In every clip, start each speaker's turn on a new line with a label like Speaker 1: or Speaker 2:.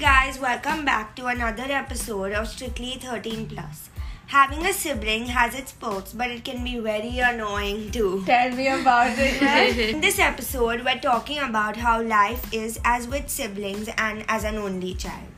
Speaker 1: guys, welcome back to another episode of Strictly 13 Plus. Having a sibling has its perks, but it can be very annoying too.
Speaker 2: Tell me about it. man.
Speaker 1: In this episode, we're talking about how life is as with siblings and as an only child.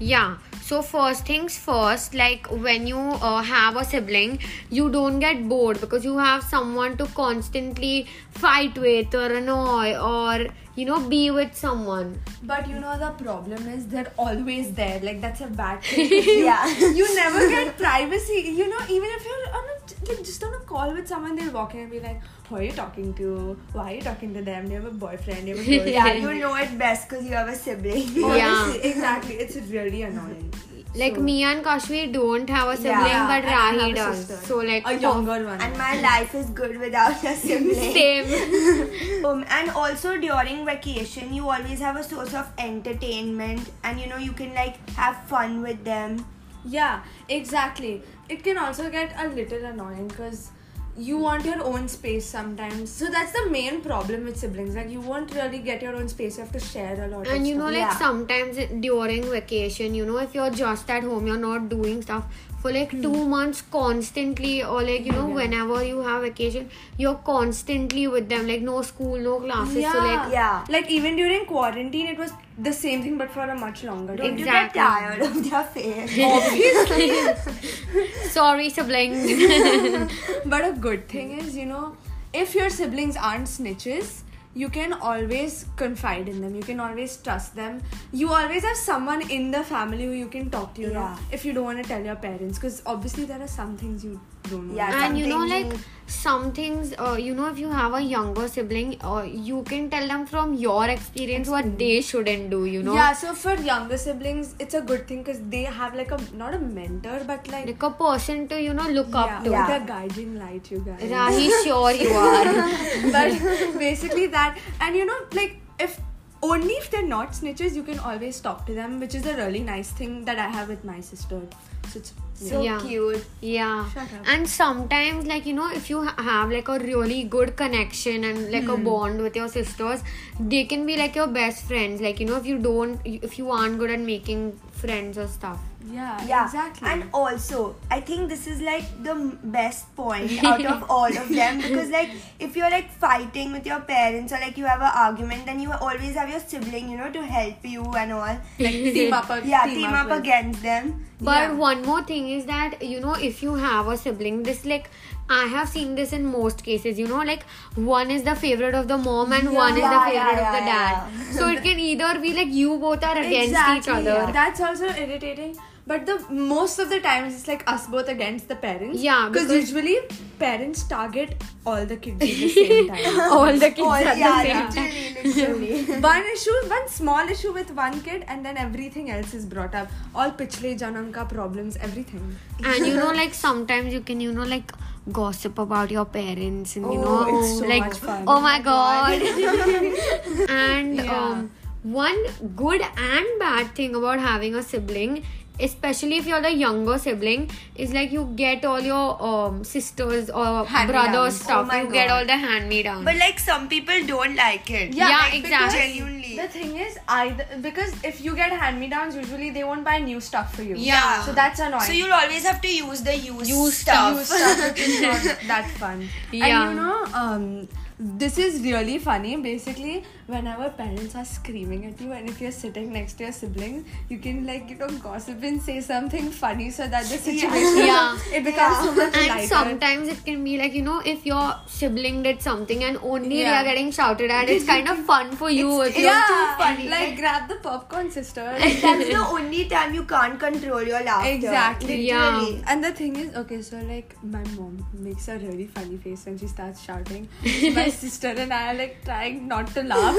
Speaker 3: Yeah. So first things first, like when you uh, have a sibling, you don't get bored because you have someone to constantly fight with or annoy or you know be with someone.
Speaker 2: but you know the problem is they're always there. Like that's a bad thing. You- You never get privacy. You know, even if you're on a, like just on a call with someone, they'll walk in and be like, "Who are you talking to? Why are you talking to them? Do you have a boyfriend? Do you have a girlfriend?"
Speaker 1: Yeah, you know it best because you have a sibling.
Speaker 3: Yeah.
Speaker 2: Honestly, exactly. It's really annoying.
Speaker 3: Like
Speaker 2: So-
Speaker 3: me and Kashvi don't have a sibling,
Speaker 1: Yeah,
Speaker 3: but
Speaker 2: and I have
Speaker 3: Rahi
Speaker 2: a
Speaker 3: does.
Speaker 2: sister.
Speaker 3: So like
Speaker 2: a younger one.
Speaker 1: And my life is good without a sibling.
Speaker 3: same.
Speaker 1: Um, and also during vacation, you always have a source of entertainment, and you know you can like have fun with them.
Speaker 2: Yeah, exactly. It can also get a little annoying because you want your own space sometimes. So that's the main problem with siblings. Like you won't really get your own space. You have to share a lot. of
Speaker 3: And you know,
Speaker 2: stuff.
Speaker 3: like sometimes it- during vacation, you know, if you're just at home, you're not doing stuff for like two months constantly, or like you know, whenever you have vacation, you're constantly with them, like no school, no classes. So, like,
Speaker 1: yeah.
Speaker 2: Like even during quarantine, it was the same thing, but for a much longer.
Speaker 1: Don't
Speaker 2: time.
Speaker 1: you get
Speaker 3: Exactly.
Speaker 1: tired of their face?
Speaker 3: sorry, sibling.
Speaker 2: but a good thing is, you know, if your siblings aren't snitches. You can always confide in them. You can always trust them. You always have someone in the family who you can talk to. You know,
Speaker 1: Yeah.
Speaker 2: if you don't want to tell your parents, because obviously there are some things you don't. know.
Speaker 1: Yeah,
Speaker 3: and you know
Speaker 1: something
Speaker 3: like some things uh, you know if you have a younger sibling uh, you can tell them from your experience what they shouldn't do you know
Speaker 2: Yeah, so for younger siblings, it's a good thing because they have like a not a mentor, but like,
Speaker 3: like a person to you know look
Speaker 2: yeah,
Speaker 3: up to
Speaker 1: Yeah.
Speaker 2: the guiding light, you guys.
Speaker 3: rahi sure you are
Speaker 2: but basically that, and you know, like if only if they're not snitches, you can always talk to them, which is a really nice thing that I have with my sister. So it's
Speaker 1: so
Speaker 3: Yeah.
Speaker 1: cute.
Speaker 3: yeah
Speaker 2: Shut up.
Speaker 3: and sometimes like you know if you ha- have like a really good connection and like a
Speaker 1: Hmm.
Speaker 3: bond with your sisters they can be like your best friends like you know if you don't if you aren't good at making friends or stuff
Speaker 2: yeah,
Speaker 1: Yeah,
Speaker 2: exactly.
Speaker 1: And also, I think this is like the m- best point out of all of them because, like, if you're like fighting with your parents or like you have an argument, then you always have your sibling, you know, to help you and all.
Speaker 2: like team up, a-
Speaker 1: Yeah, team up
Speaker 2: with-
Speaker 1: against them.
Speaker 3: But
Speaker 2: Yeah.
Speaker 3: one more thing is that you know if you have a sibling, this like I have seen this in most cases. You know, like one is the favorite of the mom and one is the
Speaker 1: Yeah,
Speaker 3: favorite
Speaker 1: yeah,
Speaker 3: of the
Speaker 1: yeah,
Speaker 3: dad. So it can either be like you both are against each
Speaker 2: Exactly,
Speaker 3: other.
Speaker 2: yeah. That's also irritating. But the most of the time it's like us both against the parents.
Speaker 3: Yeah,
Speaker 2: Because
Speaker 3: because-
Speaker 2: usually parents target all the kids at the same time.
Speaker 3: All the kids
Speaker 1: All,
Speaker 3: are
Speaker 1: yeah,
Speaker 3: the same.
Speaker 1: literally, literally.
Speaker 2: one issue, one small issue with one kid, and then everything else is brought up. All pichle janam ka problems, everything.
Speaker 3: And you know, like sometimes you can you know like gossip about your parents and you
Speaker 2: Oh,
Speaker 3: know
Speaker 2: it's so
Speaker 3: like
Speaker 2: much fun.
Speaker 3: oh my god. and
Speaker 2: Yeah.
Speaker 3: um, one good and bad thing about having a sibling especially if you're the younger sibling is like you get all your um, sisters or
Speaker 2: Hand-me-downs.
Speaker 3: brother stuff
Speaker 1: my
Speaker 3: you get
Speaker 1: God.
Speaker 3: all the hand me down
Speaker 1: But like some people don't like it.
Speaker 3: Yeah,
Speaker 2: like,
Speaker 3: exactly.
Speaker 2: because
Speaker 1: Genuinely.
Speaker 2: The thing is, either because if you get hand me downs, usually they won't buy new stuff for you.
Speaker 1: Yeah.
Speaker 2: So that's annoying.
Speaker 1: So you'll always have to use the used,
Speaker 3: Used
Speaker 1: stuff.
Speaker 2: You start looking for that fun.
Speaker 3: Yeah.
Speaker 2: And you know, um, this is really funny. Basically, whenever parents are screaming at you, and if you're sitting next to your sibling, you can like you know gossip and say something funny so that the situation
Speaker 3: Yeah.
Speaker 2: it becomes so much
Speaker 3: and
Speaker 2: lighter.
Speaker 3: sometimes it can be like you know if your sibling did something and only
Speaker 2: Yeah.
Speaker 3: they are getting shouted at it's kind of fun for you if
Speaker 2: yeah,
Speaker 3: you're too funny
Speaker 2: like grab the popcorn, sister.
Speaker 1: That's the only time you can't control your laughter.
Speaker 2: Exactly.
Speaker 3: Yeah.
Speaker 1: Literally.
Speaker 2: And the thing is, okay, so like my mom makes a really funny face when she starts shouting. my sister and I are like trying not to laugh.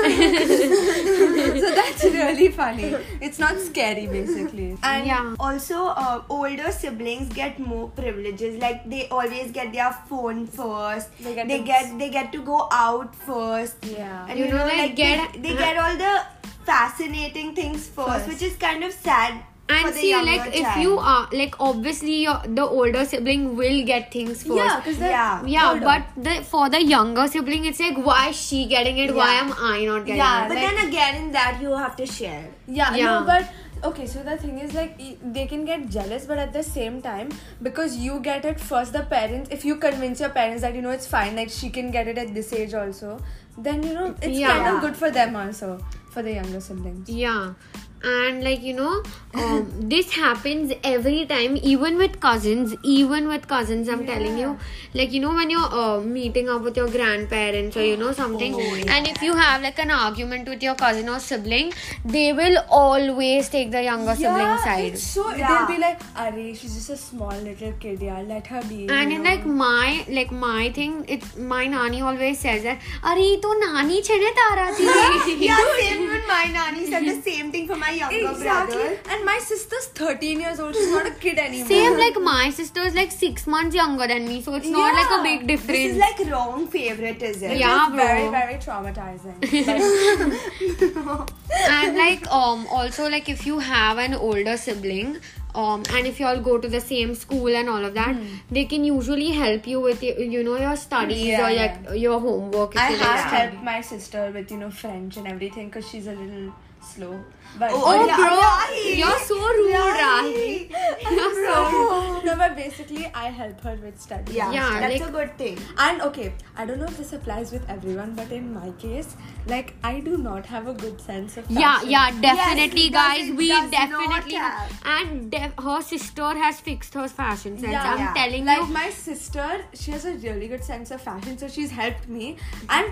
Speaker 2: so that's really funny. It's not scary basically. And
Speaker 3: yeah
Speaker 1: Also, uh, older siblings get more privileges. Like they always get their phone first.
Speaker 2: They get
Speaker 1: they
Speaker 2: to-
Speaker 1: get they get to go out first.
Speaker 2: Yeah.
Speaker 1: And
Speaker 3: You
Speaker 1: you,
Speaker 3: know,
Speaker 1: know,
Speaker 3: like,
Speaker 1: like,
Speaker 3: get-
Speaker 1: they, they get all the fascinating things first,
Speaker 2: First.
Speaker 1: which is kind of sad. For
Speaker 3: and
Speaker 1: the
Speaker 3: see
Speaker 1: younger
Speaker 3: like if
Speaker 1: child.
Speaker 3: you are like obviously your, the older sibling will get things first
Speaker 2: Yeah, because they're
Speaker 1: Yeah.
Speaker 3: yeah
Speaker 2: older.
Speaker 3: but the for the younger sibling it's like why is she getting it why
Speaker 1: Yeah.
Speaker 3: am i not getting
Speaker 2: Yeah,
Speaker 3: it
Speaker 1: But
Speaker 2: Like-
Speaker 1: then again, in that you have to share.
Speaker 2: yeah,
Speaker 3: Yeah.
Speaker 2: no but okay so the thing is like e- they can get jealous but at the same time because you get it first the parents if you convince your parents that you know it's fine like she can get it at this age also then you know it's
Speaker 3: Yeah.
Speaker 2: kind of good for them also for the younger siblings
Speaker 3: Yeah. And like you know, um, this happens every time, even with cousins. Even with cousins, I'm telling you, like you know, when you're uh, meeting up with your grandparents or you
Speaker 1: Oh,
Speaker 3: know something, and if you have like an argument with your cousin or sibling, they will always take the younger sibling side.
Speaker 2: It's so
Speaker 1: Yeah.
Speaker 2: they'll be like, Are she's just a small little kid, yeah, let her be.
Speaker 3: And
Speaker 2: you
Speaker 3: in
Speaker 2: know."
Speaker 3: like my like my thing, it's my nani always says that. Are to nani chene tara thi.
Speaker 1: Yeah, same with my nanny said the same thing for my younger
Speaker 2: Exactly.
Speaker 1: brother.
Speaker 2: And my sister's 13 years old. She's not a kid anymore.
Speaker 3: Same like my sister is like six months younger than me, so it's not like a
Speaker 2: Yeah.
Speaker 3: big
Speaker 1: This
Speaker 3: difference.
Speaker 1: is like wrong favoritism.
Speaker 3: Yeah.
Speaker 2: It's very,
Speaker 3: bro.
Speaker 2: very traumatizing.
Speaker 3: and like um also like if you have an older sibling um and if you all go to the same school and all of that they can usually help you with y- you know your studies
Speaker 2: Hmm. Yeah,
Speaker 3: or
Speaker 2: yeah.
Speaker 3: like your homework if
Speaker 2: I
Speaker 3: you
Speaker 2: have
Speaker 3: like study.
Speaker 2: helped my sister with, you know, French and everything because she's a little slow. But
Speaker 3: oh
Speaker 1: Yeah,
Speaker 3: bro
Speaker 1: Rahi.
Speaker 3: you're so rude Rahi.
Speaker 1: Rahi.
Speaker 3: you're so rude
Speaker 2: no, but basically, I help her with studies.
Speaker 1: Yeah,
Speaker 3: Yeah,
Speaker 1: that's
Speaker 3: like-
Speaker 1: a good thing.
Speaker 2: And okay, I don't know if this applies with everyone, but in my case, like I do not have a good sense of
Speaker 3: yeah
Speaker 2: fashion.
Speaker 3: yeah definitely
Speaker 1: does-
Speaker 3: guys
Speaker 1: does
Speaker 3: we
Speaker 1: not
Speaker 3: definitely
Speaker 1: have.
Speaker 3: and def- her sister has fixed her fashion sense
Speaker 2: Yeah,
Speaker 3: i'm
Speaker 1: yeah.
Speaker 3: telling
Speaker 2: Like
Speaker 3: you
Speaker 2: my sister, she has a really good sense of fashion, so she's helped me. And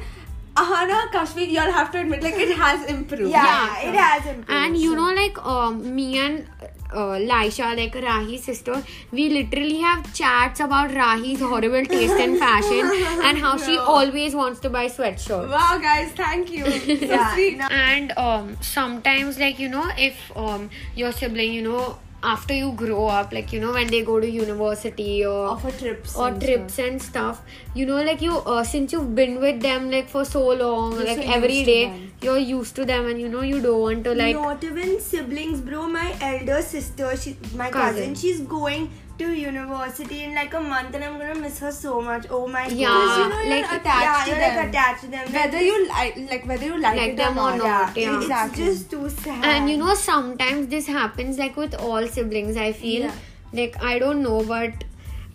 Speaker 2: Ahana Kashmir, y'all have to admit, like it has improved.
Speaker 1: Yeah, it has improved.
Speaker 3: And you know, like um, me and uh, Laisha, like Rahi's sister, we literally have chats about Rahi's horrible taste in fashion and how she always wants to buy sweatshirts.
Speaker 2: Wow, guys, thank you. So
Speaker 1: Yeah,
Speaker 2: sweet.
Speaker 1: no-
Speaker 3: And um, sometimes, like you know, if um, your sibling, you know, after you grow up, like you know, when they go to university or
Speaker 2: Of her trips.
Speaker 3: or
Speaker 2: and
Speaker 3: trips and stuff you know like you uh, since you've been with them like for so long
Speaker 2: You're
Speaker 3: like
Speaker 2: so
Speaker 3: every
Speaker 2: used to
Speaker 3: day
Speaker 2: them.
Speaker 3: you're used to them and you know you don't want to like
Speaker 1: not even siblings, bro. My elder sister, she, my cousin.
Speaker 3: Cousin.
Speaker 1: she's going to university in like a month, and I'm gonna miss her so much. Oh my
Speaker 3: Yeah,
Speaker 1: god.
Speaker 2: Because you know you're
Speaker 3: like-
Speaker 2: attached
Speaker 1: yeah,
Speaker 2: to
Speaker 1: you're
Speaker 2: them.
Speaker 1: like attached to them. Like,
Speaker 2: whether you like, like whether you like,
Speaker 3: Like
Speaker 2: it
Speaker 3: them or not,
Speaker 1: yeah,
Speaker 3: yeah.
Speaker 1: it's
Speaker 2: Exactly.
Speaker 1: just too sad.
Speaker 3: and you know sometimes this happens like with all siblings i feel
Speaker 2: Yeah.
Speaker 3: like i don't know but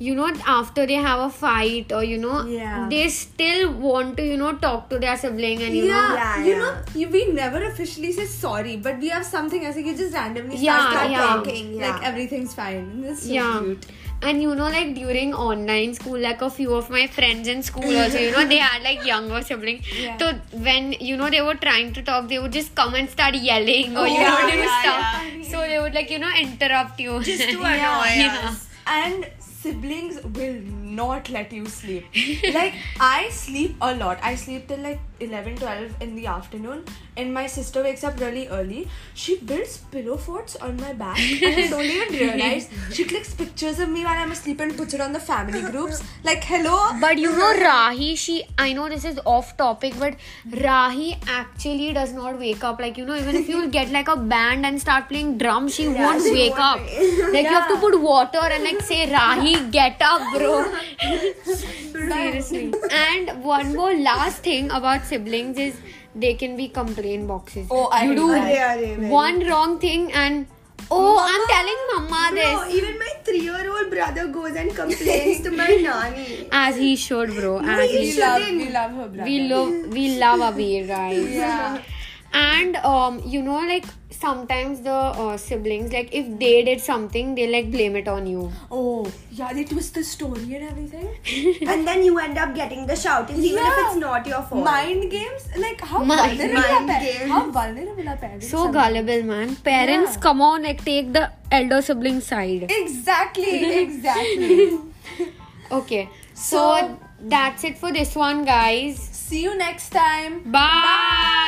Speaker 3: you know after they have a fight or you know
Speaker 2: Yeah.
Speaker 3: they still want to you know talk to their sibling and you
Speaker 2: yeah,
Speaker 3: know
Speaker 1: Yeah,
Speaker 2: you
Speaker 1: yeah.
Speaker 2: know, you, we never officially say sorry, but we have something as like you just randomly
Speaker 3: Yeah,
Speaker 2: start
Speaker 3: yeah.
Speaker 2: talking,
Speaker 1: Yeah.
Speaker 2: like everything's fine. It's so
Speaker 3: yeah
Speaker 2: cute.
Speaker 3: and you know like during online school like a few of my friends in school also you know they had like younger siblings
Speaker 2: Yeah.
Speaker 3: so when you know they were trying to talk they would just come and start yelling or you
Speaker 1: Oh,
Speaker 3: know do
Speaker 1: yeah,
Speaker 3: stuff so they would like you know interrupt you just
Speaker 1: to annoy us.
Speaker 2: and siblings will not let you sleep like i sleep a lot i sleep till like 11 12 in the afternoon and my sister wakes up really early she builds pillow forts on my back and i don't even realize she clicks pictures of me while i'm asleep and puts it on the family groups like hello
Speaker 3: But you know, Rahi, she, I know this is off topic, but Rahi actually does not wake up. Like, you know, even if you'll get like a band and start playing drums, she won't
Speaker 1: she
Speaker 3: wake
Speaker 1: won't
Speaker 3: up. Like, you have to put water and like say, Rahi, get up, bro. Seriously. And one more last thing about siblings is they can be complaint boxes.
Speaker 2: oh i
Speaker 3: you do
Speaker 1: Arre, arre, very.
Speaker 3: one wrong thing and, oh, I'm telling mama this.
Speaker 1: Bro, even my three-year-old brother goes and complains to my nanny.
Speaker 3: As he should, bro. As
Speaker 1: you
Speaker 3: he
Speaker 2: we
Speaker 3: should.
Speaker 2: love,
Speaker 1: shouldn't.
Speaker 2: we love her brother
Speaker 3: we love we love Abir, guys.
Speaker 2: Yeah.
Speaker 3: And um, you know, like sometimes the uh, siblings, like if they did something, they like blame it on you.
Speaker 2: oh yeah they twist the story and everything
Speaker 1: and then you end up getting the shoutings, even if
Speaker 2: Yeah.
Speaker 1: it's not your
Speaker 2: Oh.
Speaker 1: fault.
Speaker 2: mind games like how
Speaker 3: Mind-
Speaker 2: vulnerable are
Speaker 1: mind
Speaker 2: parents
Speaker 1: games.
Speaker 2: how vulnerable are parents
Speaker 3: So
Speaker 2: sometimes.
Speaker 3: gullible, man. Parents,
Speaker 2: Yeah.
Speaker 3: come on, like take the elder sibling side.
Speaker 2: Exactly, exactly.
Speaker 3: Okay. So,
Speaker 2: So-
Speaker 3: that's it for this one, guys.
Speaker 2: See you next time.
Speaker 3: Bye.